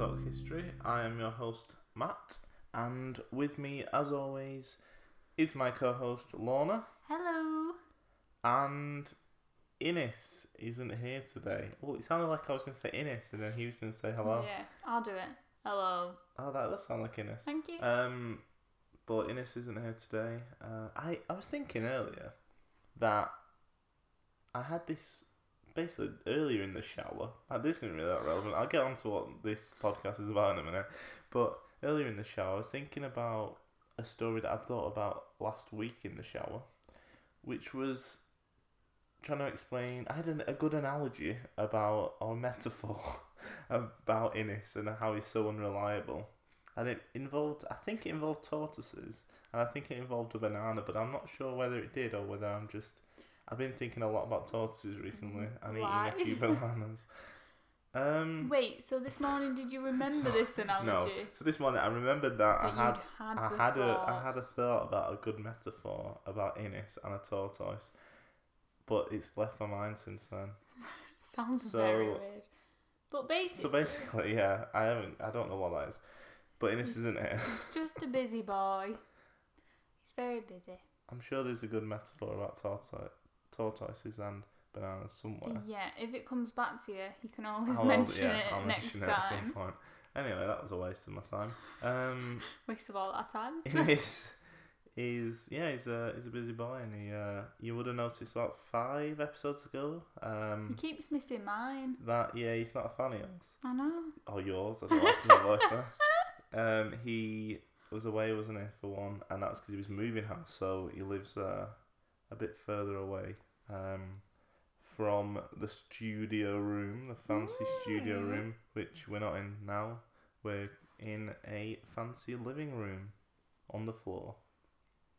Industry. I am your host, Matt, and with me, as always, is my co host, Lorna, Hello. and Innes isn't here today. Oh, it sounded like I was going to say Innes, and then he was going to say hello. Yeah, I'll do it. Hello. Oh, that does sound like Innes. Thank you. Um, but Innes isn't here today. Uh, I I was thinking earlier that I had this basically earlier in the shower. Like, this isn't really that relevant. I'll get on to what this podcast is about in a minute. But earlier in the shower, I was thinking about a story that I thought about last week in the shower, which was trying to explain. I had an, a good analogy about or metaphor about Innes and how he's so unreliable and it involved I think it involved tortoises and I think it involved a banana, but I'm not sure whether it did or whether I'm just I've been thinking a lot about tortoises recently and Mm, Why? eating a few bananas. Um Wait, so this morning did you remember this no. analogy? So this morning I remembered that I That had you'd had I the had a I had a thoughts? thought about a good metaphor about Innis and a tortoise. But it's left my mind since then. Sounds So- very weird. But basically, So basically, yeah, I haven't I don't know what that is. But Hmm. Innis isn't it. he's just a busy boy. He's very busy. I'm sure there's a good metaphor about tortoise, tortoises and bananas somewhere. Yeah, if it comes back to you, you can always I'll- Hmm. mention yeah, it I'll next mention it at some time. point. Anyway, that was a waste of my time. Um, Waste of all our time. so- Innes is yeah, he's a he's a busy boy, and he uh, you would have noticed about five episodes ago. he Um, keeps missing mine. that yeah, he's not a fan of yours I know. or yours. I don't like my voice there. Um, he was away, wasn't he, for one, and that's because he was moving house, so he lives uh, a bit further away um, from the studio room, the fancy studio Mm. room, which we're not in now. We're in a fancy living room on the floor.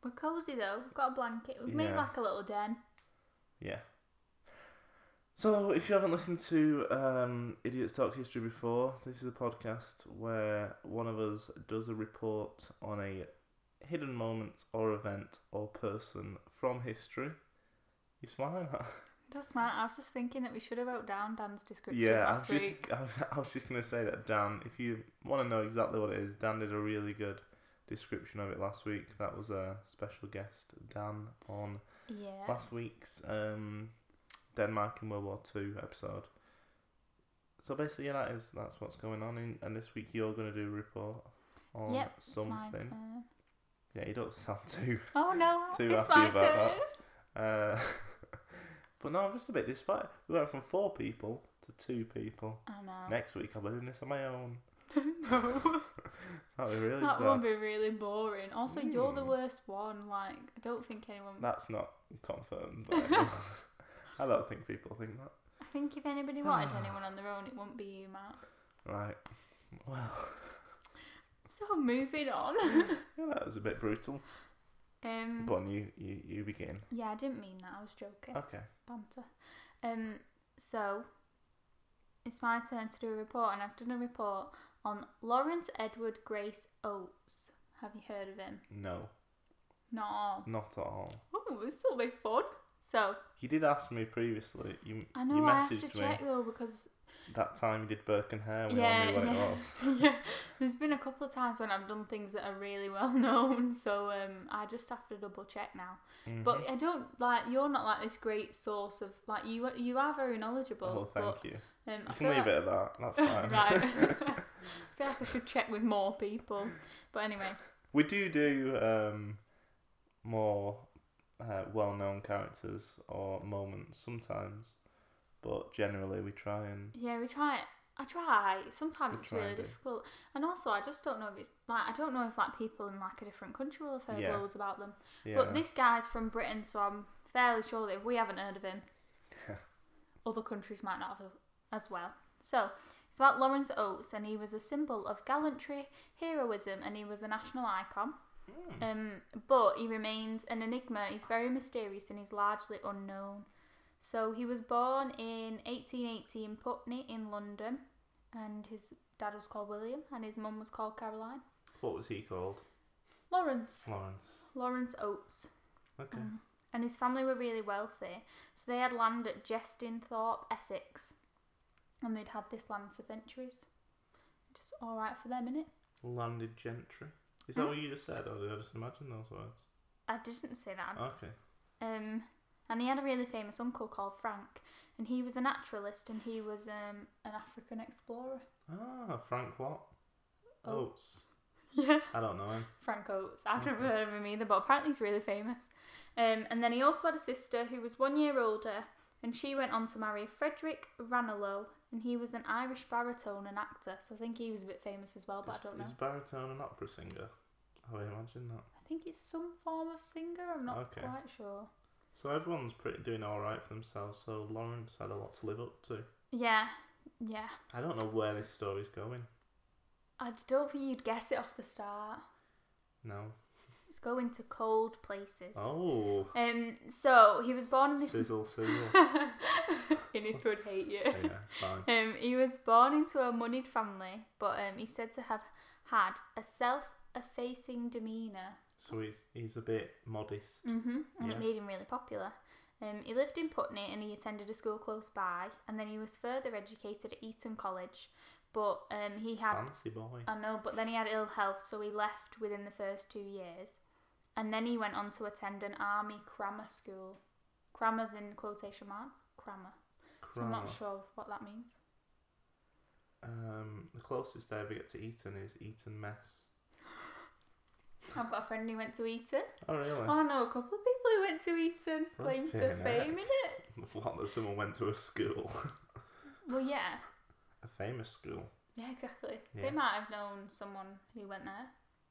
We're cozy though. We've got a blanket. We've made Yeah. like a little den. Yeah. So, if you haven't listened to um, Idiots Talk History before, this is a podcast where one of us does a report on a hidden moment or event or person from history. You smiling at? Just smart. I was just thinking that we should have wrote down Dan's description Yeah, I was last week. just I was, I was just gonna say that Dan. If you want to know exactly what it is, Dan did a really good description of it last week. That was a special guest, Dan, on Yeah. last week's um, Denmark in World War Two episode. So basically, yeah, that is that's what's going on. In, and this week, you're going to do a report on Yep, It's my something. turn. Yeah, you don't sound too. Oh no, Too it's happy my about turn. that. Uh, but no, I'm just a bit disappointed. We went from four people to two people. I know. Next week, I'll be doing this on my own. no. That would be really that sad. would be really boring. Also, you're the Mm. worst one. Like, I don't think anyone. That's not confirmed. By anyone. I don't think people think that. I think if anybody wanted anyone on their own, it wouldn't be you, Matt. Right. Well, So moving on. yeah, that was a bit brutal. Um. Go on, Uh. you, you, you begin. yeah, I didn't mean that. I was joking. Okay. Banter. Um. So. It's my turn to do a report, and I've done a report on Lawrence Edward Grace Oates. Have you heard of him? No, Not all. not at all. Oh, this will be fun. So You did ask me previously. You, I know you I have to messaged me check though because that time you did Burke and Hare. We yeah, all knew what yeah, it was. yeah. There's been a couple of times when I've done things that are really well known, so um, I just have to double check now. But Mhm. I don't like you're not like this great source of like you you are very knowledgeable. oh, thank you. but, Um, I You can feel leave like- it at that. That's fine. right. I feel like I should check with more people, but anyway, We do do um, more uh, well-known characters or moments sometimes, but generally we try and Yeah, we try. I try. Sometimes You it's try really and do. difficult, and also I just don't know if it's like I don't know if like people in like a different country will have heard Yeah. loads about them. yeah. But this guy's from Britain, so I'm fairly sure that if we haven't heard of him, other countries might not have as well. So it's about Lawrence Oates, and he was a symbol of gallantry, heroism, and he was a national icon. Mm. Um, but he remains an enigma. He's very mysterious and he's largely unknown. So he was born in 1880 in Putney in London, and his dad was called William, and his mum was called Caroline. What was he called? Lawrence, Lawrence. Lawrence Oates, Okay. Um, and his family were really wealthy, so they had land at Jestinthorpe, Essex, and they'd had this land for centuries. Just all right for them, innit? Landed gentry. Is that Hmm? what you just said, or did I just imagine those words? I didn't say that. Okay. Um, and he had a really famous uncle called Frank, and he was a naturalist, and he was um, an African explorer. Ah, Frank what? Oh. Oates. Yeah. I don't know him. Frank Oates. I've never heard of him either, but apparently he's really famous. Um, and then he also had a sister who was one year older, and she went on to marry Frederick Ranelagh, and he was an Irish baritone and actor. So I think he was a bit famous as well, Oh, but Is, I don't know. is baritone an opera singer? Oh, I imagine that. I think it's some form of singer. I'm not Okay. quite sure. So everyone's pretty doing all right for themselves. So Lawrence had a lot to live up to. Yeah, yeah. I don't know where this story's going. I don't think you'd guess it off the start. No. It's going to cold places. Oh, Um. So he was born in this. sizzle, sizzle. Innis would hate you. yeah, it's fine. Um, he was born into a moneyed family, but um, he's said to have had a self-effacing demeanour, So he's he's a bit modest. mm-hmm. and Yeah. it made him really popular. Um, he lived in Putney and he attended a school close by, and then he was further educated at Eton College, but um, he had uh, Fancy boy. I know, but then he had ill health, so he left within the first two years, and then he went on to attend an army grammar school. Crammer's in quotation marks. Crammer. So I'm Cramer. not sure what that means. Um, the closest I ever get to Eton is Eton Mess. I've got a friend who went to Eton. Oh really? Oh, I know a couple of people who went to Eton, claimed to Flippin' fame in it. what that someone went to a school, Well, yeah, a famous school. yeah, exactly. Yeah. They might have known someone who went there,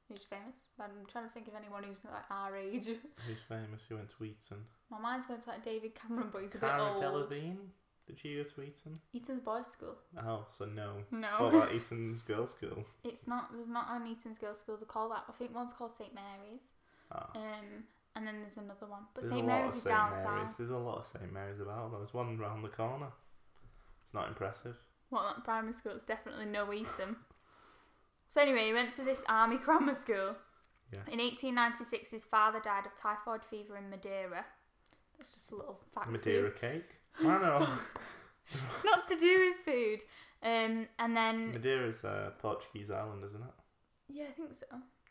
who's famous. But I'm trying to think of anyone who's like our age. Who's famous? Who went to Eton? My mind's going to like David Cameron, but he's a Cara bit old. Delevingne. Did she go to Eton? Eton's boys' school. Oh, so no. No, What about Eton's girls' school? it's not. There's not an Eton's girls' school. They call that. I think one's called St Mary's. Ah. Um, and then there's another one, but There's St a lot Mary's of is St. down Mary's. south. There's a lot of St. Mary's about. There's one round the corner. It's not impressive. Well, that primary school is definitely no Eton. so anyway, he went to this army grammar school. Yes. In 1896, his father died of typhoid fever in Madeira. That's just a little fact. for you. Madeira cake. I know. It's not to do with food. Um, and then Madeira's a Portuguese island, isn't it? yeah, I think so.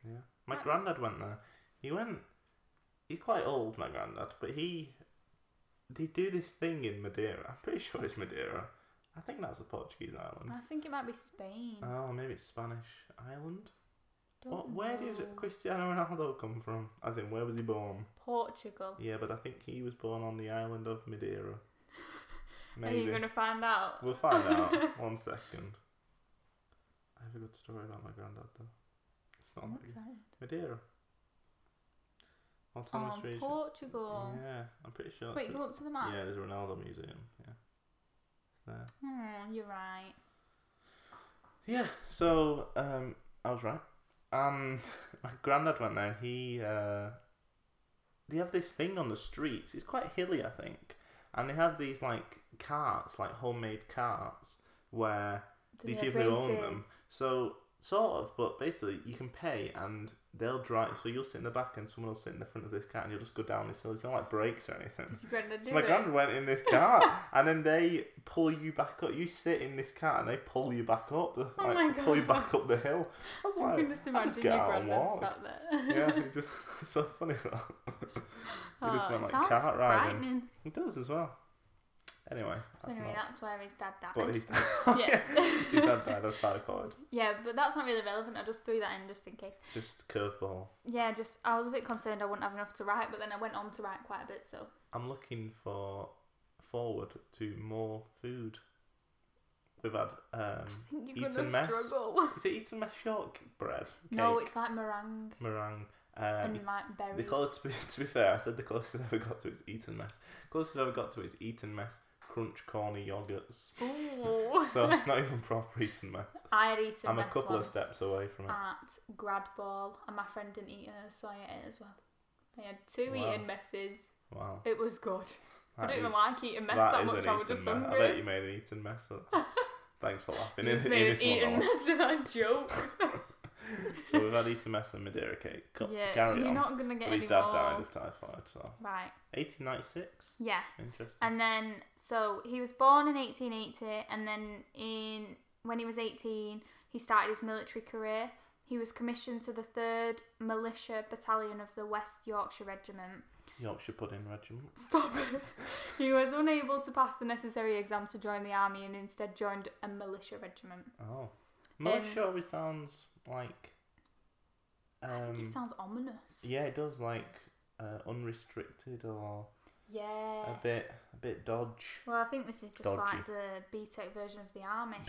Yeah. My That's- granddad went there. He went. He's quite old, my granddad, but he. They do this thing in Madeira. I'm pretty sure it's Madeira. I think that's a Portuguese island. I think it might be Spain. Oh, maybe it's Spanish island. Don't What? Where did know. Cristiano Ronaldo come from? As in, where was he born? Portugal? Yeah, but I think he was born on the island of Madeira. Are you Maybe. gonna find out? We'll find out. One second. I have a good story about my granddad, though. It's not I'm that good. excited. Madeira. Autonomous Oh, region. Portugal. Yeah, I'm pretty sure. that's Wait, go what- up to the map. yeah, there's a Ronaldo museum. Yeah. There. Hmm, you're right. Yeah, so um, I was right. And my granddad went there. And he uh, they have this thing on the streets. It's quite hilly, I think, and they have these like carts, like homemade carts, where Do These they have people who own them. races? so sort of, but basically you can pay and they'll drive. So you'll sit in the back and someone will sit in the front of this cart, and you'll just go down this hill. There's no like brakes or anything. Did you gonna do So my it? granddad went in this cart, and then they pull you back up. You sit in this cart, and they pull you back up. The, Oh like, my pull you God. Oh back up the hill. I was I like, can just I'll imagine just your get out and granddad walk. sat there. yeah, it's just it's so funny though. oh, just went, it like, sounds cart riding. frightening. It does as well. Anyway, So that's anyway, not. that's where his dad died. But his dad, yeah. his dad died of typhoid. yeah, but that's not really relevant. I just threw that in just in case. Just curveball. Yeah, just I was a bit concerned I wouldn't have enough to write, but then I went on to write quite a bit. So I'm looking for forward to more food. We've had um, I think you're Eats gonna and mess. struggle. is it eating my shortbread cake No, it's like Um, meringue meringue? Uh, and like berries. the closest, to be, to be fair, I said the closest I ever got to is Eton Mess. Closest I ever got to is Eton Mess crunch corny yogurts. Ooh. So it's not even proper Eton Mess. I had eaten. I'm a mess Ah. couple of once steps away from it. at grad ball, and my friend didn't eat hers, so I ate it as well. I had two Wow. eating messes. Wow. It was good. That I don't is- even like eating mess that, that is much. an I was Eton just Mess. hungry. I bet you made an Eton Mess. Thanks for laughing. You In, just in made an this one, eating I'll- mess of that joke. So we've had Eton Mess and Madeira cake. Co- yeah, carry you're on. not gonna get But any his dad more. died of typhoid, so Right. 1896. Yeah. Interesting. And then, so he was born in 1880, and then in when he was 18, He started his military career. He was commissioned to the 3rd Militia Battalion of the West Yorkshire Regiment. Yorkshire Pudding Regiment. Stop it. he was unable to pass the necessary exams to join the army and instead joined a militia regiment. Oh. Militia always sounds like. I think Um, it sounds ominous. yeah, it does like uh, unrestricted or Yeah. a bit a bit dodge. Well, I think this is just Dodgy. like the B Tech version of the army.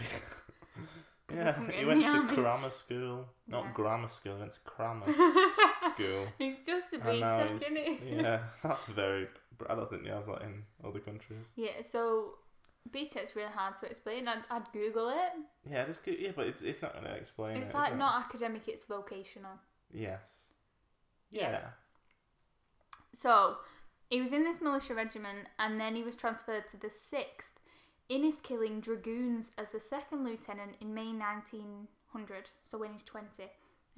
'Cause you Yeah, couldn't get he in went the to army. grammar school. Not Yeah. grammar school, he went to grammar school. He's just a B And now Tech, he's- isn't he? yeah, that's very. I don't think they have that in other countries. Yeah, so B E Tech's really hard to explain. I'd, I'd Google it. Yeah, just go, yeah, but it's, it's not going to explain it, it's is like it? not academic, it's vocational. Yes. Yeah. Yeah. So he was in this militia regiment and then he was transferred to the 6th Inniskilling Dragoons as a second lieutenant in May 1900, so when he's 20.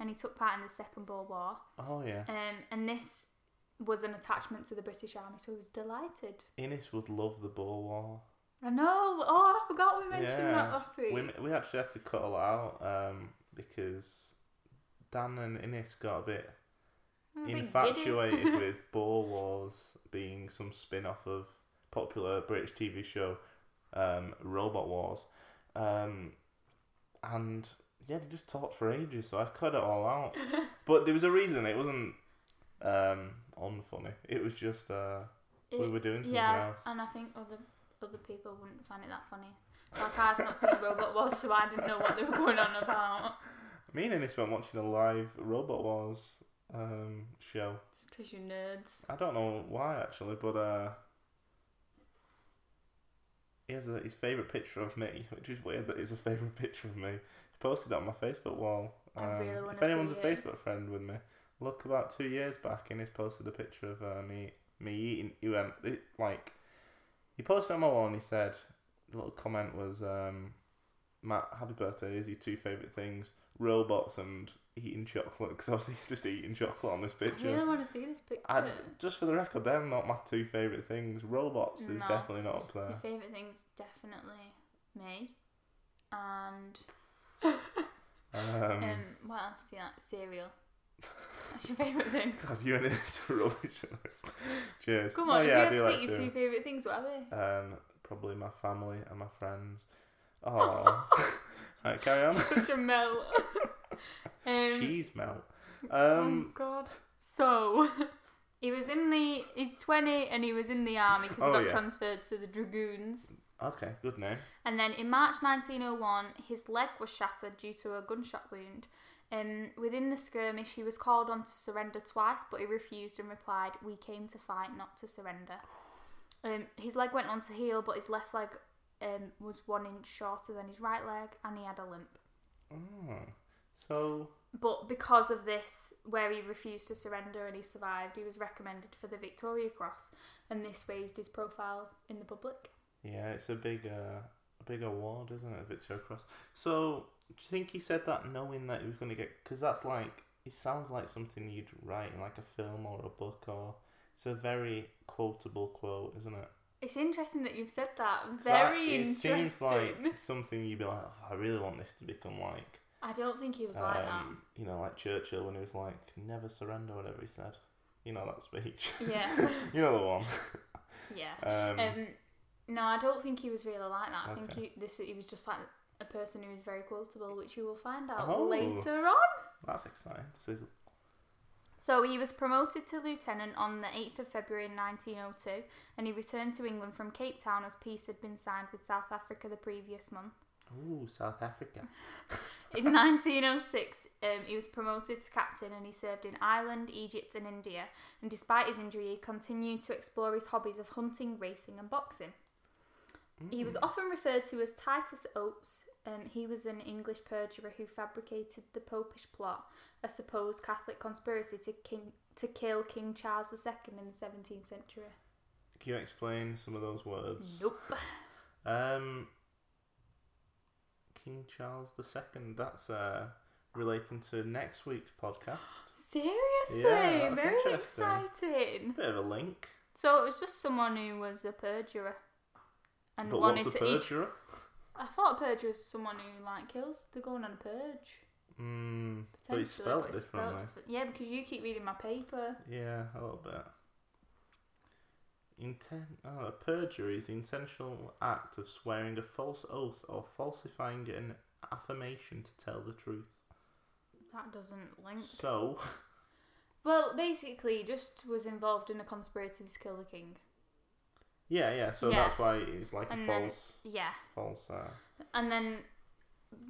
And he took part in the Second Boer War. Oh yeah. Um, and this was an attachment to the British Army, so he was delighted. Innes would love the Boer War. I know! Oh, I forgot we mentioned that Yeah. last week. We, we actually had to cut a lot out um, because Dan and Innes got a bit I'm a bit infatuated giddy. with Boer Wars being some spin off of popular British TV show um, Robot Wars. Um, and yeah, they just talked for ages, so I cut it all out. but there was a reason, it wasn't um, unfunny. It was just uh, we It- were doing something Yeah, uh else. and I think other other people wouldn't find it that funny. Like I've not seen Robot Wars, so I didn't know what they were going on about. Me and Innes went watching a live Robot Wars um, show. Just 'cause you nerds. I don't know why actually, but uh, he has a, his favorite picture of me, which is weird that it's a favorite picture of me. He posted that on my Facebook wall. Um, I really wanna if anyone's see a it. Facebook friend with me, look about two years back, and he's posted a picture of uh, me me eating. He went it, like he posted it on my wall, and he said the little comment was, um, "Matt, happy birthday! Is your two favorite things robots and eating chocolate?" Because obviously, he's just eating chocolate on this picture. I really want to see this picture. I, just for the record, they're not my two favourite things. Robots is No. definitely not up Your there. favourite thing's definitely me. And Um, um, what else do you like? Cereal. That's your favourite thing. God, you and it's rubbish. at this. Cheers. Come on, oh, yeah, I if do you had to like pick your two cereal. favourite things, what are they? Um, probably my family and my friends. Oh, right, carry on. Such a melt. um, Cheese melt. oh Um, God. So he was in the. He's twenty and he was in the army because Oh, he got yeah. transferred to the dragoons. okay, good name. And then in March 1901, his leg was shattered due to a gunshot wound. Um, within the skirmish, he was called on to surrender twice, but he refused and replied, We came to fight, not to surrender. Um, his leg went on to heal, but his left leg um, was one inch shorter than his right leg, and he had a limp. Oh, so, But because of this, where he refused to surrender and he survived, he was recommended for the Victoria Cross, and this raised his profile in the public. yeah, it's a big, uh, a big award, isn't it, Victoria Cross? So, do you think he said that knowing that he was going to get? Because that's like it sounds like something you'd write in like a film or a book, or it's a very quotable quote, isn't it? It's interesting that you've said that. 'Cause that- Very It interesting. seems like something you'd be like, oh, I really want this to become like, I don't think he was like that. um, you know, like Churchill when he was like, "Never surrender," whatever he said. You know that speech. Yeah, you know the one. yeah. Um, Um, no, I don't think he was really like that. I think Okay. he, this he was just like a person who is very quotable, which you will find out Oh. later on. that's exciting. This is- So he was promoted to lieutenant on the 8th of February in 1902, and he returned to England from Cape Town as peace had been signed with South Africa the previous month. ooh, South Africa. In 1906, um, he was promoted to captain and he served in Ireland, Egypt, and India. And despite his injury, he continued to explore his hobbies of hunting, racing, and boxing. He Mm. was often referred to as Titus Oates. Um, he was an English perjurer who fabricated the Popish plot, a supposed Catholic conspiracy to, king, to kill King Charles II in the 17th century. Can you explain some of those words? Nope. Um, King Charles the Second. That's uh, relating to next week's podcast. Seriously? Yeah, that's Very interesting. exciting. Bit of a link. So it was just someone who was a perjurer and but wanted what's a to eat perjurer? I thought a purger is someone who like kills. They're going on a purge. Mm, Potentially, but it's spelled but spelled differently. different- Yeah, because you keep reading my paper. Yeah, a little bit. Inten- oh, perjury is the intentional act of swearing a false oath or falsifying an affirmation to tell the truth. That doesn't link. So, Well, basically, he just was involved in a conspiracy to kill the king. yeah, yeah, so Yeah. that's why it's like a And then- false, Yeah, false, uh, and then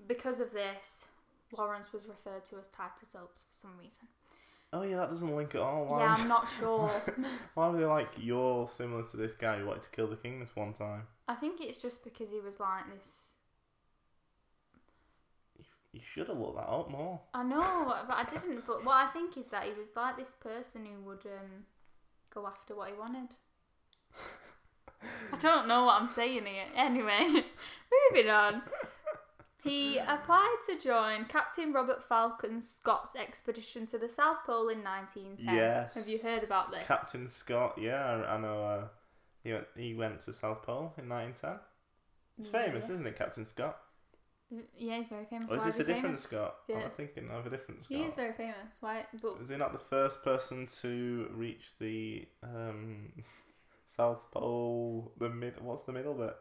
because of this, Lawrence was referred to as Titus Oates for some reason. oh yeah, that doesn't link at all. Why, Yeah, was- I'm not sure. why were they like, you're similar to this guy who wanted to kill the king this one time? I think it's just because he was like this. You, you should have looked that up more. I know, but I didn't. But what I think is that he was like this person who would um, go after what he wanted. I don't know what I'm saying here. Anyway, moving on. He applied to join Captain Robert Falcon Scott's expedition to the South Pole in 1910. Yes. Have you heard about this? Captain Scott, yeah, I, I know. Uh, he went, he went to South Pole in 1910. It's famous, Yeah. isn't it, Captain Scott? Mm, Yeah, he's very famous. Or Oh, is Why this he a different famous? Scott? Yeah. I'm thinking of a different Scott. He is very famous. Why? But Was he not the first person to reach the um, South Pole? The mid. What's the middle bit?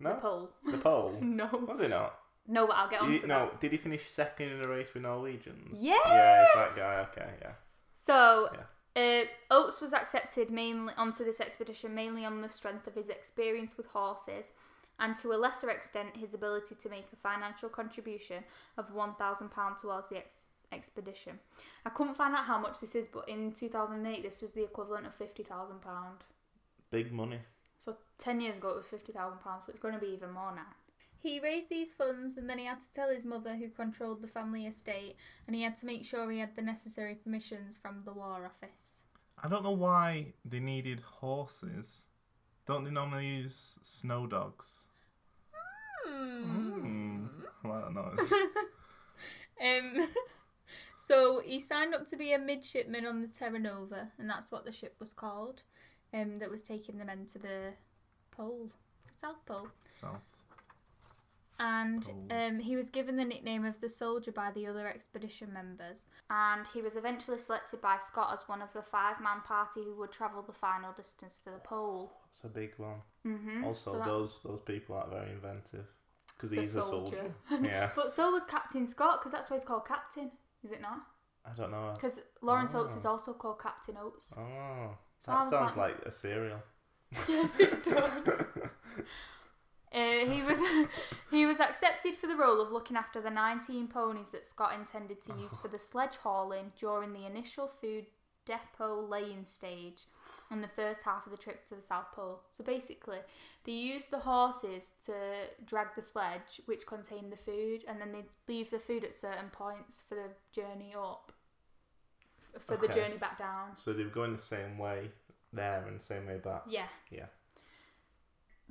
the No, pole? the pole. No. Was he not? No, but I'll get on He- to that. no. Did he finish second in a race with Norwegians? Yes! Yeah, it's that guy. Okay, yeah. So, uh, Oates was accepted mainly onto this expedition mainly on the strength of his experience with horses and to a lesser extent his ability to make a financial contribution of £1,000 towards the ex- expedition. I couldn't find out how much this is, but in 2008 this was the equivalent of £50,000. Big money. So 10 years ago it was £50,000, so it's going to be even more now. He raised these funds and then he had to tell his mother, who controlled the family estate, and he had to make sure he had the necessary permissions from the War Office. I don't know why they needed horses. Don't they normally use snow dogs? Hmm. Mm. I like that noise. Um, so he signed up to be a midshipman on the Terra Nova, and that's what the ship was called, um, that was taking the men to the pole, the South Pole. South. And Pole. um, he was given the nickname of the soldier by the other expedition members. And he was eventually selected by Scott as one of the five man party who would travel the final distance to the pole. It's a big one. Mm-hmm. Also, those those people aren't very inventive because he's a soldier. yeah, But so was Captain Scott, because that's why he's called Captain, is it not? I don't know. Because Lawrence Oates Oh. is also called Captain Oates. Oh, So I that was sounds like- like a cereal. yes, it does. Uh, he was he was accepted for the role of looking after the 19 ponies that Scott intended to use for the sledge hauling during the initial food depot laying stage and the first half of the trip to the South Pole. So basically, they used the horses to drag the sledge, which contained the food, and then they'd leave the food at certain points for the journey up, f- for the Okay. journey back down. So they were going the same way there and same way back. Yeah. Yeah.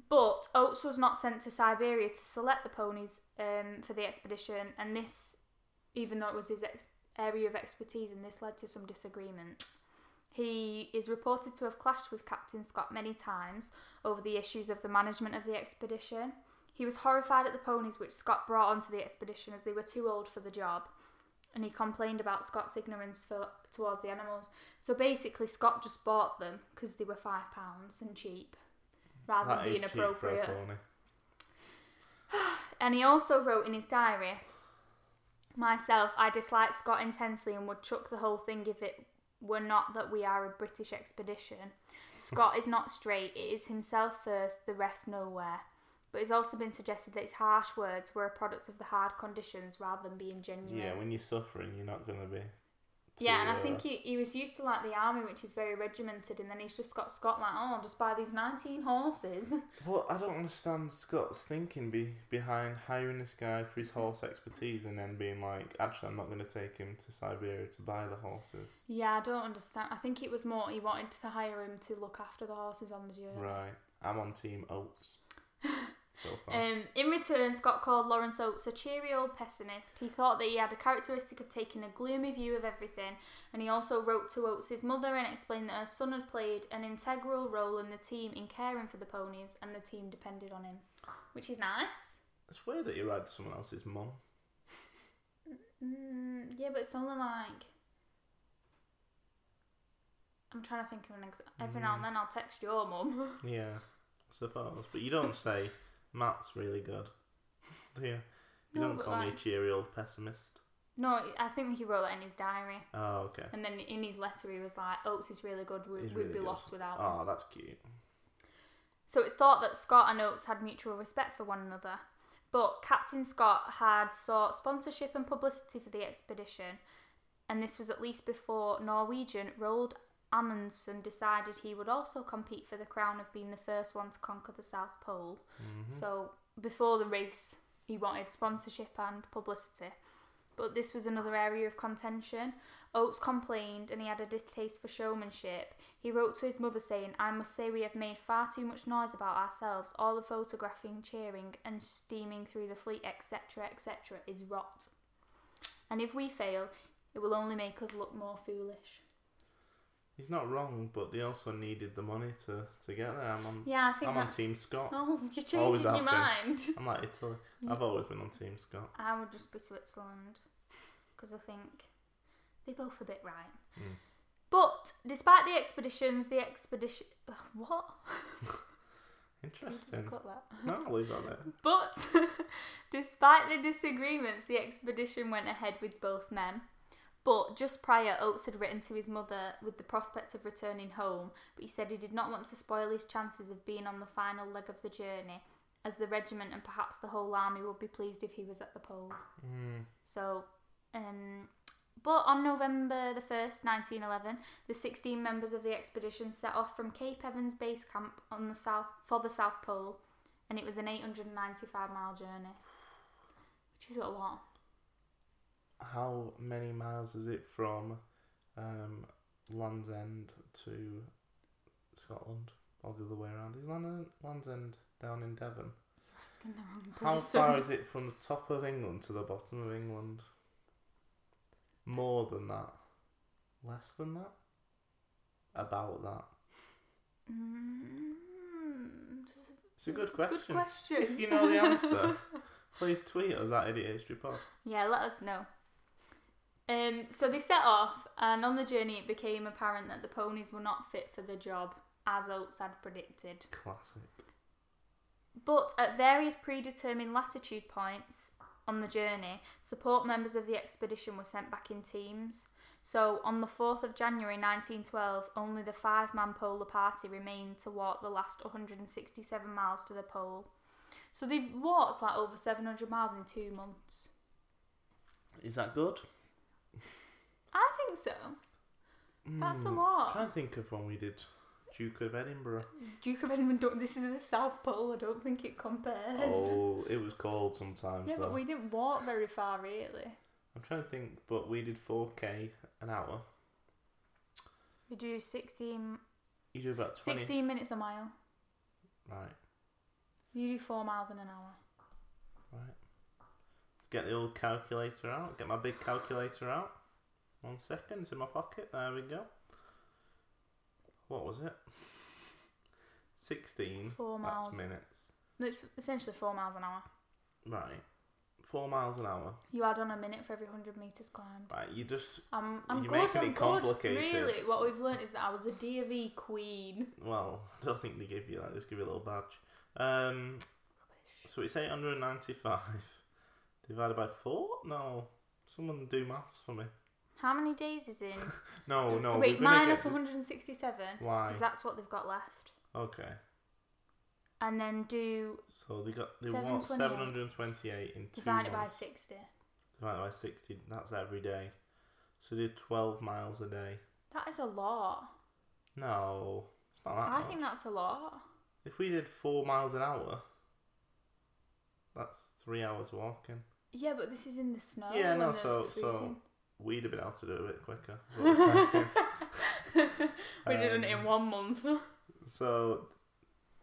But Oates was not sent to Siberia to select the ponies um, for the expedition, and this, even though it was his ex- area of expertise, and this led to some disagreements. He is reported to have clashed with Captain Scott many times over the issues of the management of the expedition. He was horrified at the ponies which Scott brought onto the expedition as they were too old for the job, and he complained about Scott's ignorance for, towards the animals. So basically, Scott just bought them because they were five pounds and cheap, rather That than is being cheap for a appropriate. pony. And he also wrote in his diary, Myself, I dislike Scott intensely and would chuck the whole thing if it were not that we are a British expedition. Scott is not straight, it is himself first, the rest nowhere. But it's also been suggested that his harsh words were a product of the hard conditions rather than being genuine. Yeah, when you're suffering, you're not going to be. Too, Yeah, and I uh, think he, he was used to like the army, which is very regimented, and then he's just got Scott like, oh, I'll just buy these 19 horses. Well, I don't understand Scott's thinking be, behind hiring this guy for Mm-hmm. his horse expertise and then being like, actually, I'm not going to take him to Siberia to buy the horses. Yeah, I don't understand. I think it was more he wanted to hire him to look after the horses on the journey. Right. I'm on Team Oats. so far. Um, in return, Scott called Lawrence Oates a cheery old pessimist. He thought that he had a characteristic of taking a gloomy view of everything, and he also wrote to Oates' mother and explained that her son had played an integral role in the team in caring for the ponies, and the team depended on him, which is nice. It's weird that he rides someone else's mom. Mm, yeah, but it's only like. I'm trying to think of an example. Every Mm. now and then I'll text your mum. Yeah, I suppose. But you don't say Matt's really good, do you? You No, don't but call me a like- cheery old pessimist. no, I think he wrote that in his diary. Oh, okay. And then in his letter, he was like, Oates is really good. We, He's we'd really be good. lost without him. Oh, that's cute. So it's thought that Scott and Oates had mutual respect for one another. But Captain Scott had sought sponsorship and publicity for the expedition, and this was at least before Norwegian Roald Amundsen decided he would also compete for the crown of being the first one to conquer the South Pole. So before the race, he wanted sponsorship and publicity. But this was another area of contention. Oates complained and he had a distaste for showmanship. He wrote to his mother saying, I must say we have made far too much noise about ourselves. All the photographing, cheering, and steaming through the fleet, etc., etc., is rot. And if we fail, it will only make us look more foolish. He's not wrong, but they also needed the money to, to get there. I'm on, Yeah, I think I'm on that's. Team Scott. Oh, you're Always have changing your been. mind. I'm like Italy. I've always been on Team Scott. I would just be Switzerland because I think they're both a bit right. Mm. But despite the expeditions, the expedition. What? You just Interesting. cut that. No, I'll leave that there. But despite the disagreements, the expedition went ahead with both men. But just prior, Oates had written to his mother with the prospect of returning home, but he said he did not want to spoil his chances of being on the final leg of the journey, as the regiment and perhaps the whole army would be pleased if he was at the pole. Mm. So, um, but on November the 1st, 1911, the 16 members of the expedition set off from Cape Evans Base Camp on the south for the South Pole, and it was an 895 mile journey, which is a lot. How many miles is it from um, Land's End to Scotland? Or the other way around? Is Land- Land's End down in Devon? You're asking the wrong person. How far is it from the top of England to the bottom of England? More than that. Less than that? About that. Mm, this is It's a good question. Good question. If you know the answer, please tweet us at Idiot History Pod. Yeah, let us know. Um, so they set off, and on the journey, it became apparent that the ponies were not fit for the job, as Oates had predicted. Classic. But at various predetermined latitude points on the journey, support members of the expedition were sent back in teams. So on the 4th of January 1912, only the five man polar party remained to walk the last 167 miles to the pole. So they've walked like over 700 miles in two months. Is that good? I think so. That's Hmm. a lot. Try and think of when we did Duke of Edinburgh. Duke of Edinburgh, don't- this is the South Pole, I don't think it compares. Oh, it was cold sometimes yeah, though. but we didn't walk very far, really. I'm trying to think, but we did 4k an hour. We do 16, You do about 20. 16 minutes a mile. Right, You do four miles in an hour. right. Let's get the old calculator out. Get my big calculator out. One second, it's in my pocket. There we go. What was it? 16. Four miles. That's minutes. It's essentially four miles an hour. Right. Four miles an hour. You add on a minute for every hundred meters climbed. Right, you just I'm, I'm You're good. making I'm it good. complicated. Really, what we've learnt is that I was a D of E queen. well, I don't think they give you that. They just give you a little badge. Um, so it's 895 divided by four. No, someone do maths for me. How many days is in? No, Oh, no. we're Uh, Wait, gonna minus get this- 167 Why? because that's what they've got left. Okay, And then do so they got they want 728. 728 in two divide it by months. 60. divided by 60. That's every day. So they did 12 miles a day. That is a lot. No, it's not that. I much. think that's a lot. if we did four miles an hour, that's three hours walking. Yeah, but this is in the snow. Yeah, and no, the so- so- freezing. We'd have been able to do it a bit quicker. is what I'm saying. we did it Um, in one month. So,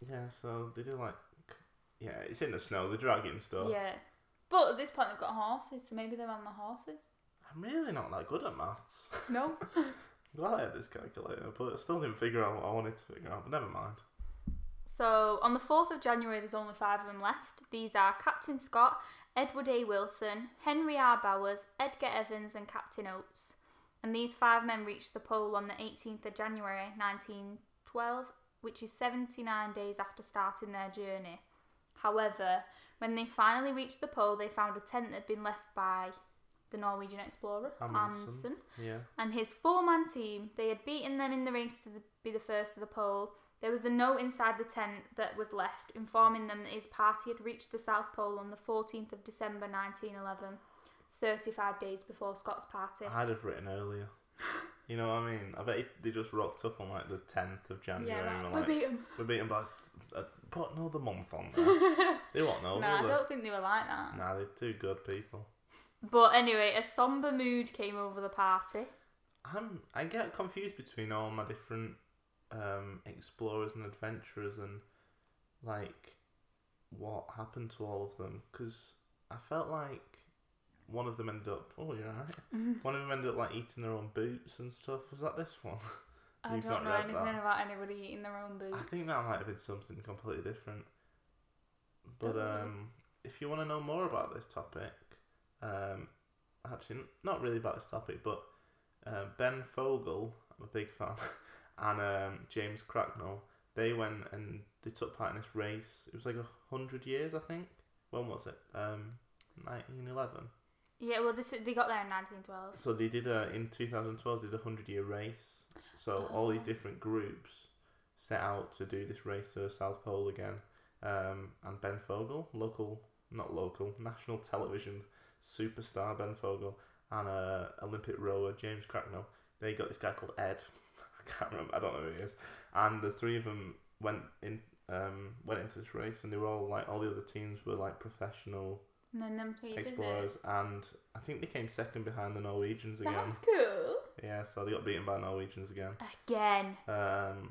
yeah, so they do like, yeah, it's in the snow. They're dragging stuff. Yeah. But at this point, they've got horses, so maybe they're on the horses. I'm really not that good at maths. No? I'm glad I had this calculator, but I still didn't figure out what I wanted to figure out. But never mind. So on the 4th of January, there's only five of them left. These are Captain Scott, Edward A. Wilson, Henry R. Bowers, Edgar Evans, and Captain Oates. And these five men reached the pole on the 18th of January 1912, which is 79 days after starting their journey. However, when they finally reached the pole, they found a tent that had been left by the Norwegian explorer Amundsen. Amundsen Yeah. and his four man team. They had beaten them in the race to the, be the first to the pole. There was a note inside the tent that was left informing them that his party had reached the South Pole on the 14th of December 1911, 35 days before Scott's party. I'd have written earlier. You know what I mean? I bet it, they just rocked up on like the 10th of January yeah, and right. were we like, beat 'em. we're beaten by. Uh, put another month on there. they won't know, Nah, I will don't think they were like that. they? Nah, they're two good people. But anyway, a somber mood came over the party. I'm, I get confused between all my different um, explorers and adventurers and like what happened to all of them because I felt like one of them ended up oh you're right one of them ended up like eating their own boots and stuff was that this one I You've not don't know read anything that. about anybody eating their own boots. I think that might have been something completely different but Don't know. um if you want to know more about this topic um actually n- not really about this topic but uh, Ben Fogel I'm a big fan and um, James Cracknell, they went and they took part in this race. It was like a hundred years, I think. When was it? Um, 1911. Yeah, well, this, they got there in 1912. So they did a in 2012 they did a hundred year race. So all these Oh. different groups set out to do this race to the South Pole again. Um, and Ben Fogel, local, not local, national television superstar Ben Fogel, and uh, Olympic rower James Cracknell. They got this guy called Ed. I can't remember. I don't know who he is. And the three of them went in. Um, went into this race and they were all like all the other teams were like professional And then them three did it. explorers and I think they came second behind the Norwegians again. That's cool. Yeah, so they got beaten by Norwegians again. Again. Um,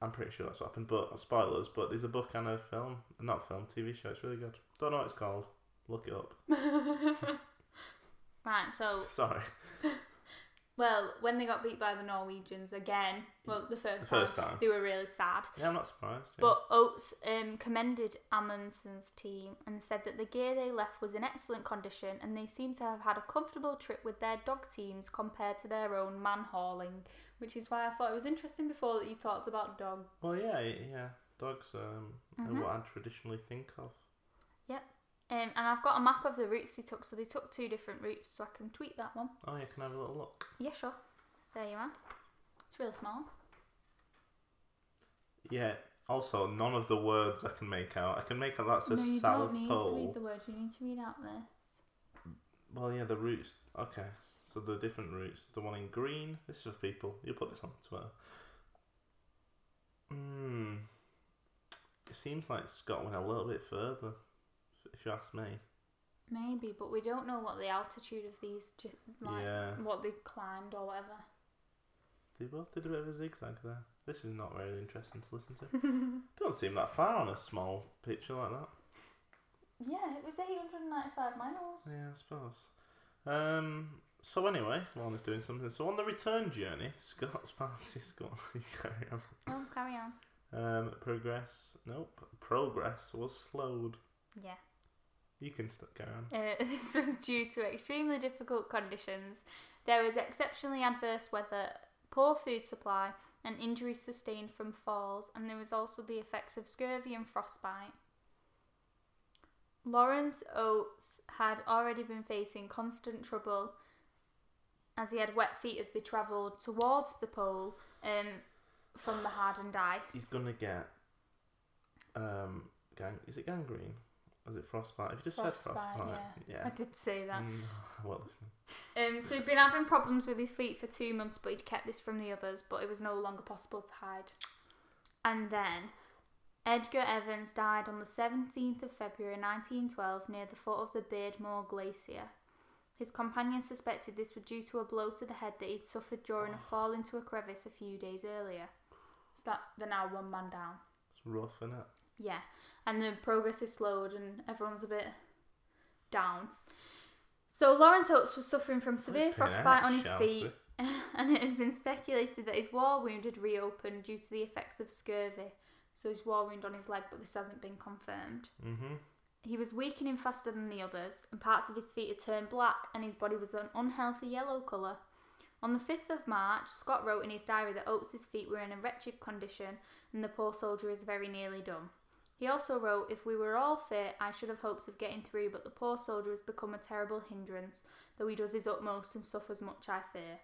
I'm pretty sure that's what happened, but spoilers. But there's a book and a film, not film, TV show. It's really good. Don't know what it's called. Look it up. right, so Sorry, well, when they got beat by the Norwegians again, well, the first, the first time, time. they were really sad. Yeah, I'm not surprised. Yeah. But Oates um, commended Amundsen's team and said that the gear they left was in excellent condition, and they seem to have had a comfortable trip with their dog teams compared to their own man hauling, which is why I thought it was interesting before that you talked about dogs. well, yeah, yeah, dogs um, Mhm. are what I traditionally think of. Um, and I've got a map of the routes they took, so they took two different routes, so I can tweet that one. Oh, you can have a little look. Yeah, sure. There you are. It's real small. Yeah. Also, none of the words I can make out. I can make out that no, says you South don't need to read Pole. the words. You need to read out there. Well, yeah, the routes. Okay, so the different routes. The one in green. This is for people. You put this on Twitter. Hmm. It seems like Scott went a little bit further, if you ask me. Maybe, but we don't know what the altitude of these, gi- like, yeah, what they climbed or whatever. they both did a bit of a zigzag there. This is not very interesting to listen to. Don't seem that far on a small picture like that. Yeah, it was 895 miles. Yeah, I suppose. Um. So anyway, Lorna's doing something. So on the return journey, Scott's party. Scott, you carry on. Oh, carry on. Um, progress. Nope. Progress was slowed. Yeah. You can still carry on. Uh, this was due to extremely difficult conditions. There was exceptionally adverse weather, poor food supply, and injuries sustained from falls, and there was also the effects of scurvy and frostbite. Lawrence Oates had already been facing constant trouble as he had wet feet as they travelled towards the pole um, from the hardened He's ice. gonna get. Um, gang. Is it gangrene? Or is it frostbite? If you just said Frostbite, frostbite, I did say that. Mm, I won't listen. Um, so he'd been having problems with his feet for two months, but he'd kept this from the others, but it was no longer possible to hide. And then Edgar Evans died on the 17th of February 1912 near the foot of the Beardmore Glacier. His companions suspected this was due to a blow to the head that he'd suffered during a fall into a crevice a few days earlier. So that they're now one man down. It's rough, innit? Yeah, and the progress is slowed and everyone's a bit down. So Lawrence Oates was suffering from severe frostbite on his feet, and it had been speculated that his war wound had reopened due to the effects of scurvy. so he's war wound on his leg, but this hasn't been confirmed. Mm-hmm. He was weakening faster than the others, and parts of his feet had turned black, and his body was an unhealthy yellow colour. On the 5th of March, Scott wrote in his diary that Oates's feet were in a wretched condition and the poor soldier is very nearly done. He also wrote, If we were all fit, I should have hopes of getting through, but the poor soldier has become a terrible hindrance, though he does his utmost and suffers much, I fear.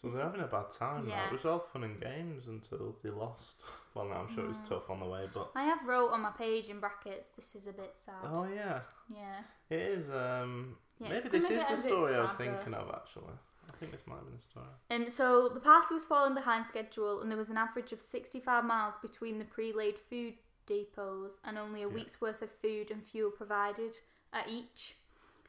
So they're having a bad time now. Yeah. It was all fun and games until they lost. Well, no, I'm sure it Mm. was tough on the way, but I have wrote on my page in brackets, this is a bit sad. oh yeah, Yeah. it is. Um, Yeah, it's maybe this gonna is get the a bit story I was sadder. thinking of. Actually, I think this might have been the story. Um, so the party was falling behind schedule, and there was an average of 65 miles between the pre-laid food depots, and only a Yeah. week's worth of food and fuel provided at each.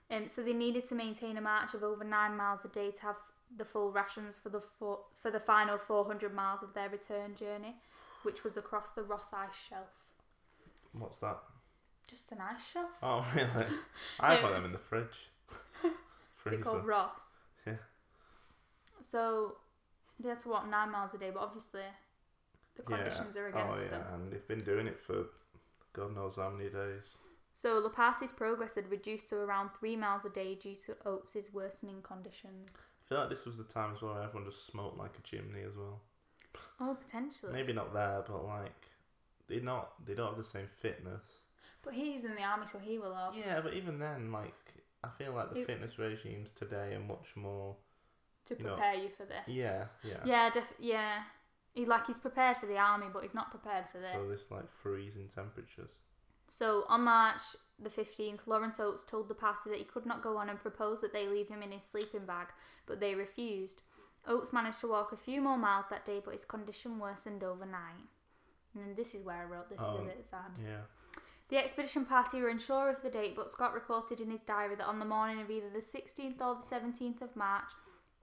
Um, so they needed to maintain a march of over nine miles a day to have the full rations for the four, for the final 400 miles of their return journey, which was across the Ross Ice Shelf. What's that? Just an ice shelf. Oh really? I've got Um, them in the fridge. Is it called Freezer. Ross? Yeah. So they had to walk nine miles a day, but obviously the Yeah. conditions are Oh against them. yeah, and they've been doing it for God knows how many days. So La Party's progress had reduced to around three miles a day due to Oates's worsening conditions. I feel like this was the time as well where everyone just smoked like a chimney as well. Oh, potentially. Maybe not there, but like they not they don't have the same fitness. But he's in the army, so he will have. Yeah, but even then, like I feel like the It- fitness regimes today are much more. To You know, prepare you for this. Yeah, yeah. Yeah, def- yeah. He, like, he's prepared for the army, but he's not prepared for this. So this like freezing temperatures. So on March the 15th, Lawrence Oates told the party that he could not go on and proposed that they leave him in his sleeping bag, but they refused. Oates managed to walk a few more miles that day, but his condition worsened overnight. And then this is where I wrote this Oh, is a bit sad. Yeah. The expedition party were unsure of the date, but Scott reported in his diary that on the morning of either the 16th or the 17th of March,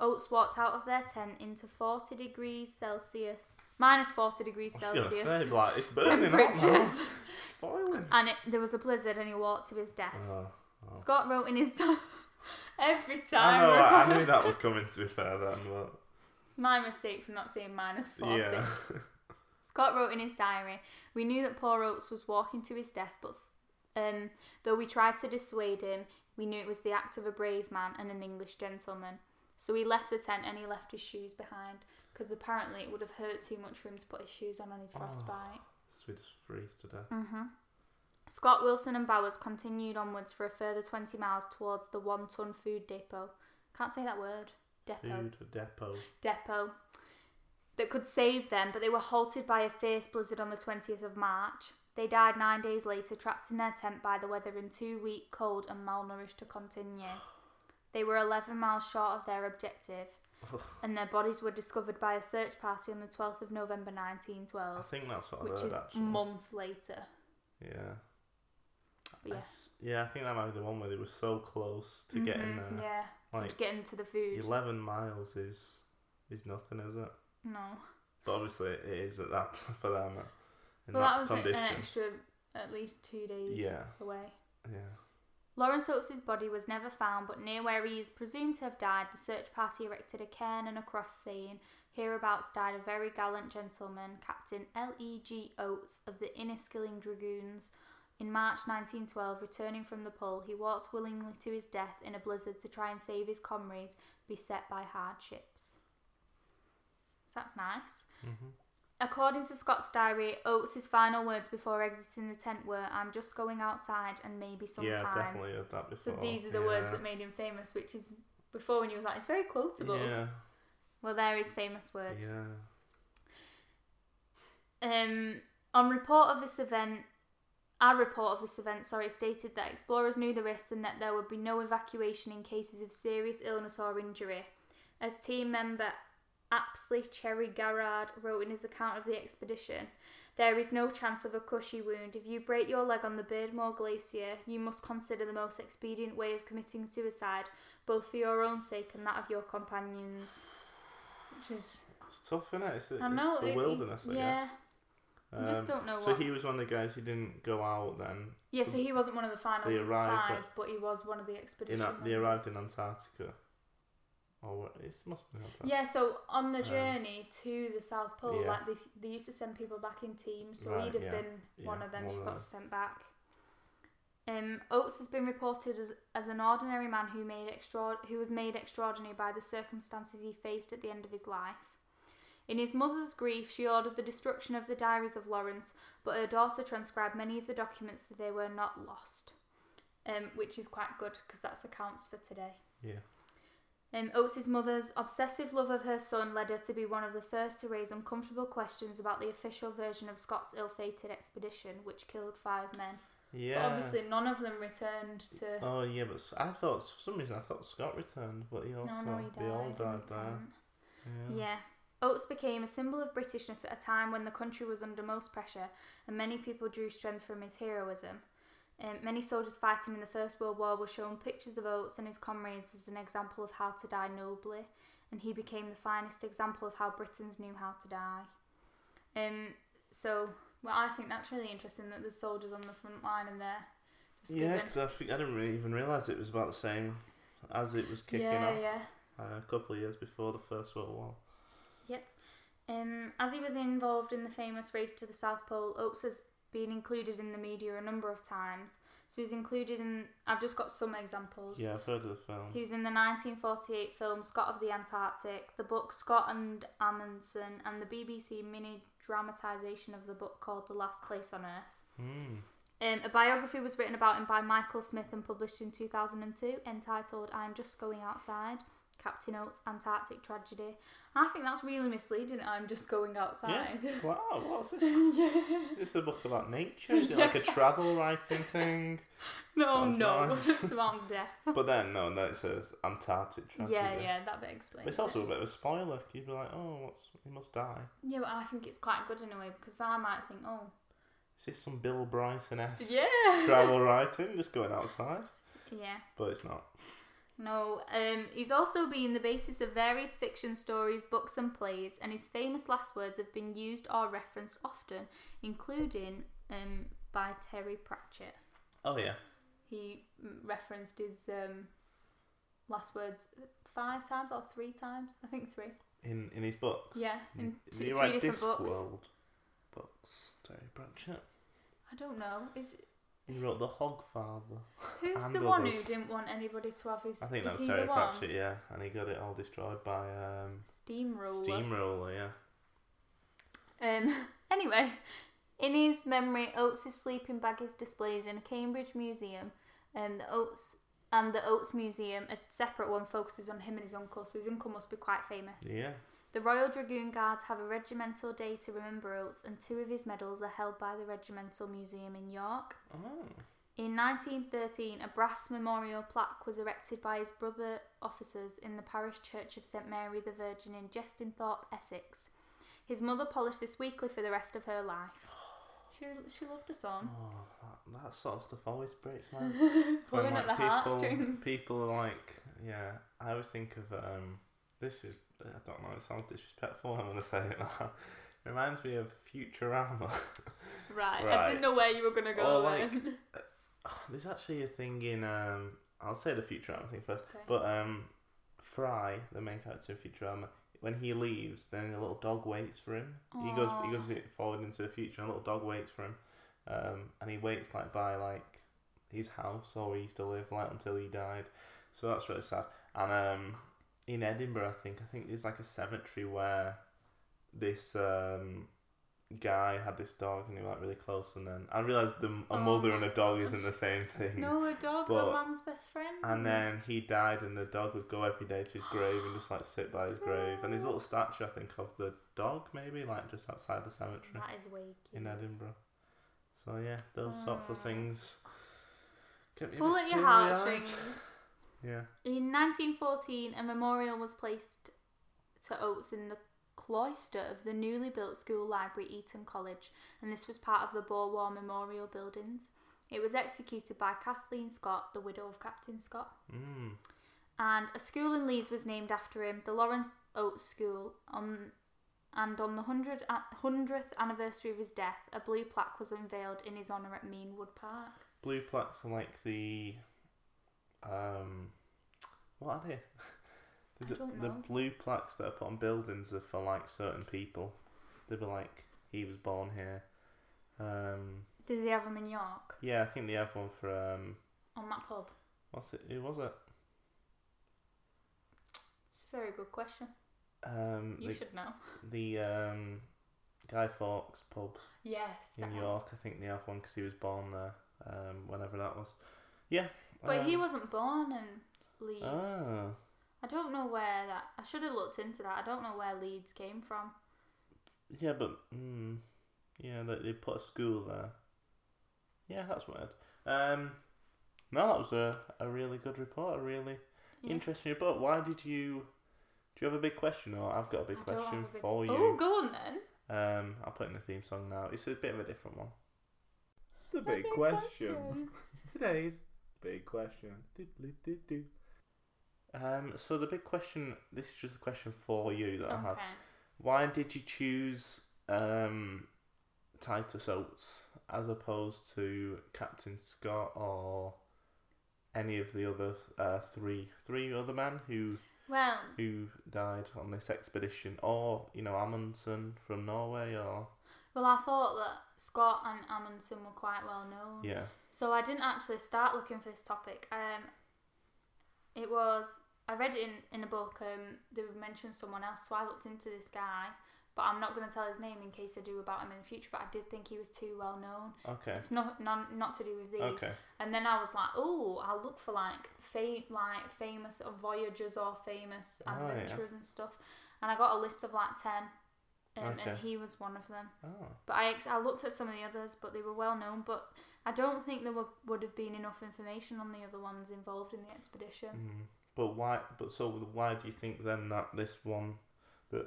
Oates walked out of their tent into 40 degrees Celsius, minus 40 degrees I was Celsius gonna say like it's burning hot now. temperatures, It's boiling. and it, there was a blizzard, and he walked to his death. Oh, oh. Scott wrote in his diary every I time. know. I, I knew that was coming. To be fair, then, but It's my mistake for not saying minus 40. yeah. Scott wrote in his diary, "We knew that poor Oates was walking to his death, but um, though we tried to dissuade him, we knew it was the act of a brave man and an English gentleman. So he left the tent and he left his shoes behind because apparently it would have hurt too much for him to put his shoes on on his Oh. frostbite." So we just freeze to death. hmm Scott Wilson and Bowers continued onwards for a further 20 miles towards the one ton food depot. Can't say that word. Depot. Food depot. Depot. That could save them, but they were halted by a fierce blizzard on the 20th of March. They died nine days later, trapped in their tent by the weather and too weak, cold, and malnourished to continue. They were 11 miles short of their objective, and their bodies were discovered by a search party on the 12th of November I 1912, think that's what I Oh. which heard is actually. months later. yeah. But yeah. Yes. Yeah, I think that might be the one where they were so close to getting Mhm, there. Yeah, to Like, get into the food. Eleven miles is is nothing, is it? no. But obviously, it is at that for them uh, in Well, that, that was an- condition. an extra at least two days Yeah. away. Yeah. Lawrence Oates' body was never found, but near where he is presumed to have died, the search party erected a cairn and a cross saying, Hereabouts died a very gallant gentleman, Captain L.E.G. Oates of the Inniskilling Dragoons. In March 1912, returning from the pole, he walked willingly to his death in a blizzard to try and save his comrades beset by hardships. So that's nice. hmm According to Scott's diary, Oates' final words before exiting the tent were, I'm just going outside and maybe sometime. Yeah, definitely heard that So before. these are the yeah. words that made him famous, which is before when he was like, it's very quotable. Yeah. Well, there is famous words. Yeah. Um, on report of this event, our report of this event, sorry, stated that explorers knew the risk and that there would be no evacuation in cases of serious illness or injury. As team member Apsley Cherry Garrard wrote in his account of the expedition, there is no chance of a cushy wound. If you break your leg on the Beardmore Glacier, you must consider the most expedient way of committing suicide, both for your own sake and that of your companions. Which is, It's tough, innit? It's, I know, it's the it- it- wilderness, I yeah. guess. I just Um, don't know So what. he was one of the guys who didn't go out then. Yeah, so he wasn't one of the final they arrived five, at- but he was one of the in expedition. a, they members. arrived in Antarctica. Or or what? It must be Hot Tod's. Yeah, so on the Um, journey to the South Pole, yeah. like they, they used to send people back in teams, so Right, he'd have yeah. been one Yeah, of them one who of got them. sent back. Um, Oates has been reported as, as an ordinary man who made extra who was made extraordinary by the circumstances he faced at the end of his life. In his mother's grief, she ordered the destruction of the diaries of Lawrence, but her daughter transcribed many of the documents that they were not lost, um, which is quite good because that's accounts for today. Yeah. Um, Oates' mother's obsessive love of her son led her to be one of the first to raise uncomfortable questions about the official version of Scott's ill fated expedition, which killed five men. Yeah. But obviously, none of them returned to. Oh yeah, but s- I thought for some reason I thought Scott returned, but he also no, no, he died. they all and died there. returned. Yeah. Yeah. Oates became a symbol of Britishness at a time when the country was under most pressure, and many people drew strength from his heroism. Um, many soldiers fighting in the First World War were shown pictures of Oates and his comrades as an example of how to die nobly, and he became the finest example of how Britons knew how to die. Um, so, well, I think that's really interesting that there's soldiers on the front line and they're just Yeah, given- because I, think- I didn't really even realize it was about the same as it was kicking yeah, off yeah. Uh, a couple of years before the First World War. Um, as he was involved in the famous race to the South Pole, Oates has been included in the media a number of times. So he's included in. I've just got some examples. Yeah, I've heard of the film. He was in the 1948 film Scott of the Antarctic, the book Scott and Amundsen, and the BBC mini dramatisation of the book called The Last Place on Earth. Hmm. Um, a biography was written about him by Michael Smith and published in 2002, entitled I'm Just Going Outside Captain Oates Antarctic Tragedy. I think that's really misleading. I'm just going outside. Wow, what's this? Is this a book about nature? Is it like a travel writing thing? no, Sounds no. nice. it's about death. But then, no, no, it says Antarctic tragedy. Yeah, yeah, that bit explains. But it's it. also a bit of a spoiler. You'd be like, oh, what's he must die. Yeah, but I think it's quite good in a way because I might think, oh, Is this some Bill Bryson esque yeah, travel writing? Just going outside? yeah. But it's not. No, um, he's also been the basis of various fiction stories, books, and plays, and his famous last words have been used or referenced often, including um, by Terry Pratchett. Oh yeah. He mm, referenced his um, last words five times or three times, I think three. In in his books. Yeah, in Did two, he three write different books. Discworld books. Terry Pratchett. I don't know. Is He wrote The Hogfather. who's And the one who others. didn't want anybody to have his? I think is that he was Terry the one? Pratchett. Yeah, and he got it all destroyed by um, Steamroller. Steamroller. Yeah. Um, anyway, in his memory, Oates' sleeping bag is displayed in a Cambridge museum, and the Oates and the Oates Museum, a separate one, focuses on him and his uncle, so his uncle must be quite famous. Yeah. The Royal Dragoon Guards have a regimental day to remember Oates, and two of his medals are held by the Regimental Museum in York. Oh. In 1913, a brass memorial plaque was erected by his brother officers in the parish church of St Mary the Virgin in Jestinthorpe, Essex. His mother polished this weekly for the rest of her life. She, she loved a Oh, son. that, that sort of stuff always breaks my. Pulling at the Mm. people, heartstrings. people are like, yeah. I always think of um. This is I don't know. It sounds disrespectful. I'm gonna say it. Now. It reminds me of Futurama. Right, I Right. didn't know where you were going to go Or, like, then. There's actually a thing in um. I'll say the Futurama thing first. Okay. But um, Fry, the main character in Futurama, when he leaves, then a little dog waits for him. He goes Aw. he goes forward into the future, and a little dog waits for him, um, and he waits like by like his house or where he used to live, like until he died. So that's really sad. And um, in Edinburgh, I think I think there's like a cemetery where this um guy had this dog and they were like really close and then I realised the a Oh mother my and a dog isn't the same thing. no, a dog, But- a man's best friend. And then he died, and the dog would go every day to his grave and just like sit by his grave. And there's a little statue, I think, of the dog, maybe like just outside the cemetery That is weak. in Edinburgh. So yeah, those sorts of Mm. things. Get me a Pull bit at your teary-eyed. heartstrings. Yeah. In 1914, a memorial was placed to Oates in the cloister of the newly built school library, Eton College, and this was part of the Boer War Memorial buildings. It was executed by Kathleen Scott, the widow of Captain Scott, Mm. and a school in Leeds was named after him, the Lawrence Oates School. On and on the 100th, a- 100th anniversary of his death, a blue plaque was unveiled in his honour at Meanwood Park. Blue plaques are like the, um, what are they? There's I a- don't the know. blue plaques that are put on buildings are for like certain people. They'd be like, he was born here. Um, Did they have them in York yeah, I think they have one for um, on that pub? what's it? Who was it? It's a very good question. Um, You should know. the the um, Guy Fawkes pub Yes. in that- York. I think they have one because he was born there. Um, whenever that was. Yeah. But he um, wasn't born in Leeds. Ah, I don't know where that. I should have looked into that. I don't know where Leeds came from. yeah, but mm, yeah, they, they put a school there. Yeah, that's weird. Um, no, that was a, a really good report. A really Yeah. interesting report. Why did you? Do you have a big question, or I've got a big I don't have question a big- for Oh, you? go on then. Um, I'll put in the theme song now. It's a bit of a different one. The big, question. Today's big question. Doodly-doo-doo. Um, so the big question. This is just a question for you that I have. Okay. Why did you choose um, Titus Oates as opposed to Captain Scott or any of the other uh, three three other men who Well, who died on this expedition, or you know Amundsen from Norway, or well, I thought that Scott and Amundsen were quite well known. yeah, So I didn't actually start looking for this topic. Um, it was I read it in, in a book. Um, they mentioned someone else, so I looked into this guy. But I'm not going to tell his name in case I do about him in the future. But I did think he was too well known. okay, It's not none, not to do with these. okay, And then I was like, oh, I'll look for like fame, like famous voyagers or famous Oh, yeah. adventurers and stuff. And I got a list of like ten, um, Okay. and he was one of them. oh But I, ex- I looked at some of the others, but they were well known. But I don't think there were, would have been enough information on the other ones involved in the expedition. Mm. But why? But so why do you think then that this one that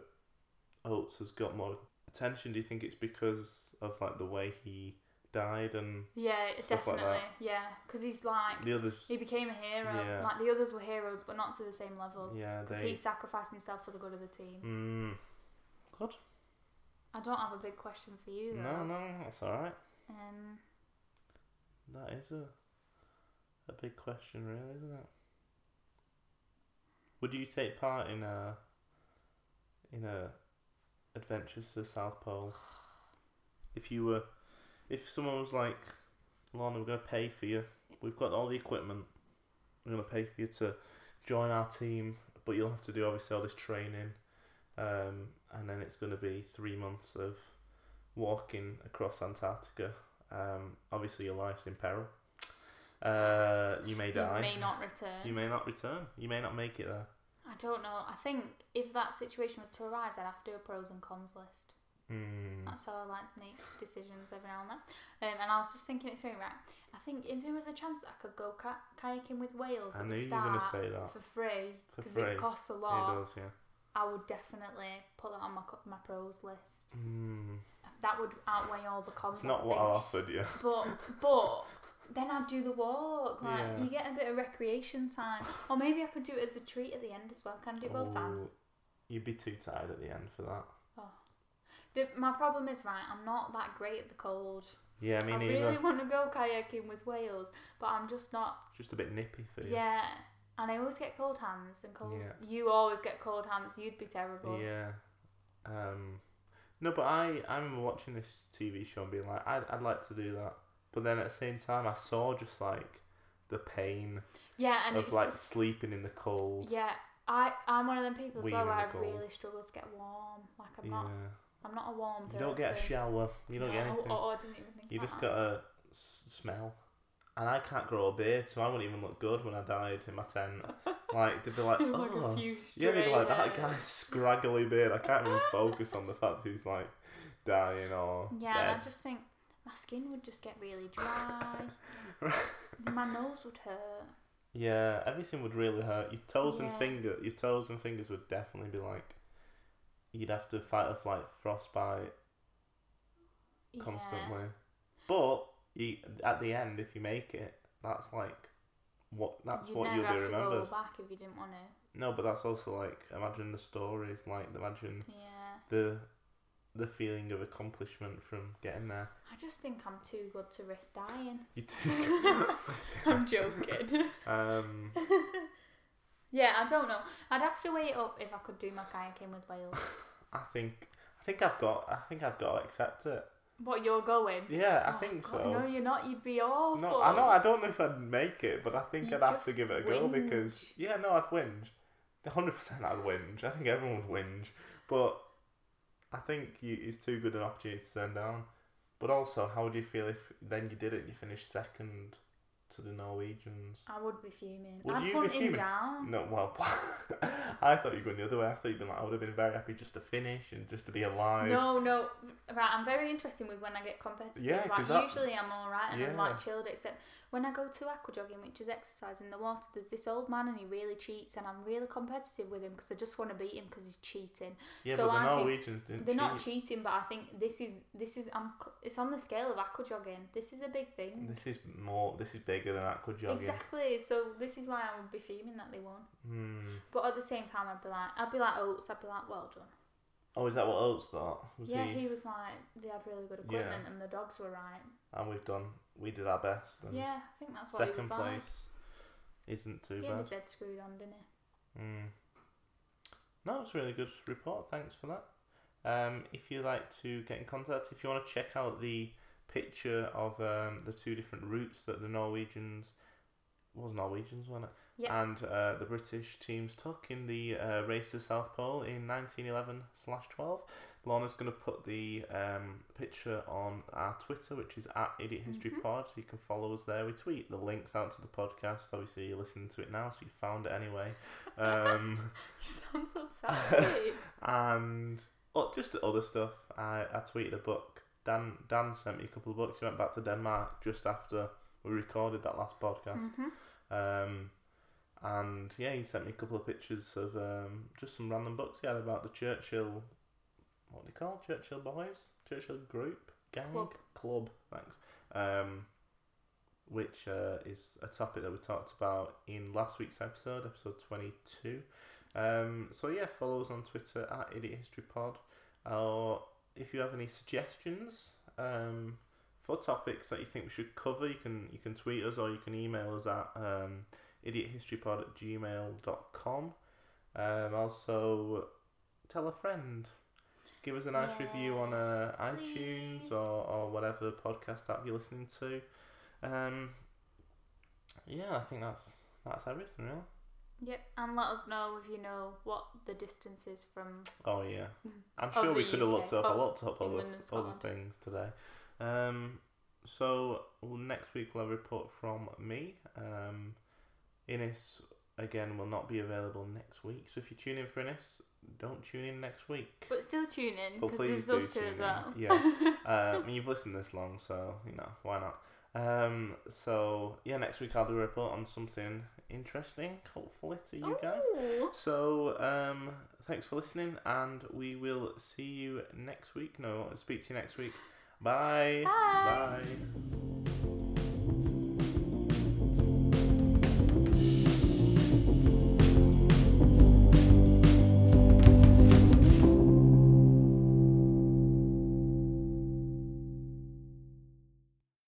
Oates has got more attention? Do you think it's because of like the way he died and Yeah, Stuff like that. definitely. Yeah. 'Cause yeah, because he's like the others? he became a hero. Yeah. Like the others were heroes, but not to the same level. Yeah, Because they. he sacrificed himself for the good of the team. Mm. Good. I don't have a big question for you. Though. No, no, that's all right. Um, That is a a big question, really, isn't it? Would you take part in a in a adventures to the South Pole if you were if someone was like, Lorna, we're gonna pay for you. We've got all the equipment. We're gonna pay for you to join our team, but you'll have to do obviously all this training, um, and then it's gonna be three months of walking across Antarctica. Um, obviously, your life's in peril. Uh, you may you die. may not return. You may not return. You may not make it there. I don't know. I think if that situation was to arise, I'd have to do a pros and cons list. Hmm. That's how I like to make decisions every now and then. Um, and I was just thinking it through, right? I think if there was a chance that I could go ka- kayaking with whales I at knew the you were gonna start say that. for free, For because free. it costs a It lot, does, yeah. I would definitely put that on my, co- my pros list. Mm. That would outweigh all the cons. It's not I what I think. offered you. But but then I'd do the walk. Like Yeah. you get a bit of recreation time, or maybe I could do it as a treat at the end as well. Can I do it both times? Ooh, You'd be too tired at the end for that. The, my problem is right. I'm not that great at the cold. Yeah, me I neither. really want to go kayaking with whales, but I'm just not. Just a bit nippy for you. Yeah, and I always get cold hands and cold. Yeah. You always get cold hands. You'd be terrible. Yeah. Um, no, but I, I remember watching this TV show and being like, I'd, I'd like to do that. But then at the same time, I saw just like the pain Yeah, and of it's like just, sleeping in the cold. yeah. I I'm one of them people as Wean well in where I the cold. really struggle to get warm. Like I'm Yeah. not. I'm not a warm person. You don't get a shower. You don't get No, anything. Oh, I didn't even think. You about just that. gotta s- smell. And I can't grow a beard, so I wouldn't even look good when I died in my tent. Like they'd be like, You look oh, like a few yeah, they'd be like that stray guy's scraggly beard. I can't even focus on the fact that he's like dying or hairs. Yeah, and I dead. just think my skin would just get really dry. my nose would hurt. Yeah, everything would really hurt. Your toes and Yeah. finger, your toes and fingers would definitely be like. You'd have to fight off like frostbite Yeah. constantly. But you, at the end, if you make it, that's like what that's You'd what never you'll be have to remembered. go back if you didn't want to. No, but that's also like imagine the stories, like imagine Yeah. the the feeling of accomplishment from getting there. I just think I'm too good to risk dying. You do. I'm joking. um, Yeah, I don't know. I'd have to weigh it up if I could do my kayaking with Wales. I think I think I've got I think I've got to accept it. What you're going? Yeah, I Oh, think God, so. No, you're not. You'd be awful. No, I know. I don't know if I'd make it, but I think You I'd have to just give it a go because whinge. yeah, no, I'd whinge. Hundred percent, I'd whinge. I think everyone would whinge, but I think you, it's too good an opportunity to turn down. But also, how would you feel if then you did it? and You finished second to the Norwegians. I would be fuming. Would I'd you be hunt him fuming? down. No, well, I thought you were going the other way. I thought you'd been like, I would have been very happy just to finish and just to be alive. No, no. Right, I'm very interested with when I get competitive. Yeah, like 'cause that- usually I'm all right and I'm Yeah. like chilled. Except when I go to aqua jogging, which is exercise in the water, there's this old man and he really cheats, and I'm really competitive with him because I just want to beat him because he's cheating. yeah, so but the I think Norwegians didn't. They're not cheat. cheating, but I think this is this is I'm c- it's on the scale of aqua jogging. This is a big thing. This is more. This is bigger than aqua jogging. Exactly. So this is why I would be fuming that they won. Hmm. But at the same time, I'd be like, I'd be like Oates. I'd be like, well done. Oh, is that what Oates thought? Was yeah, he, he... was like, they had really good Yeah. equipment and the dogs were right. And we've done. We did our best. And Yeah, I think that's what he second was like. place isn't too He bad. was dead screwed on, didn't he? Mm. No, it's a really good report. Thanks for that. Um, if you like to get in contact, if you want to check out the picture of um, the two different routes that the Norwegians was Norwegians, wasn't it? Yeah. And uh, the British teams took in the uh, race to South Pole in 1911 slash 12. Lorna's going to put the um, picture on our Twitter, which is at Idiot History Mhm. Pod. You can follow us there. We tweet the links out to the podcast. Obviously, you're listening to it now, so you found it anyway. Um, You sound so sad. and oh, just other stuff. I, I tweeted a book. Dan Dan sent me a couple of books. He went back to Denmark just after we recorded that last podcast. mm-hmm. Um, and yeah, he sent me a couple of pictures of um, just some random books he had about the Churchill. What do you call Churchill boys? Churchill group gang Club. club. Thanks. Um, which uh, is a topic that we talked about in last week's episode, episode twenty two. Um, so yeah, follow us on Twitter at Idiot History Pod, or if you have any suggestions um, for topics that you think we should cover, you can you can tweet us or you can email us at um, idiothistorypod at gmail.com. Um, also, tell a friend. Give us a nice review on uh, Yes, iTunes please. or, or whatever podcast app you're listening to. Um, yeah, I think that's that's everything, really. Yep, and let us know if you know what the distance is from. Oh yeah, I'm Of sure we the could have looked UK, up. I of looked up other England and other Scotland. things today. Um, so well, next week we'll have a report from me. Um, Innes again will not be available next week. So if you tune in for Innes, don't tune in next week. But still tune in But because please there's do us two tune as in. well. Yeah. um, you've listened this long, so you know why not. Um, so yeah, next week I'll do a report on something interesting, hopefully to you guys. Ooh. So, um, thanks for listening, and we will see you next week. No, I'll speak to you next week. Bye. Bye. Bye.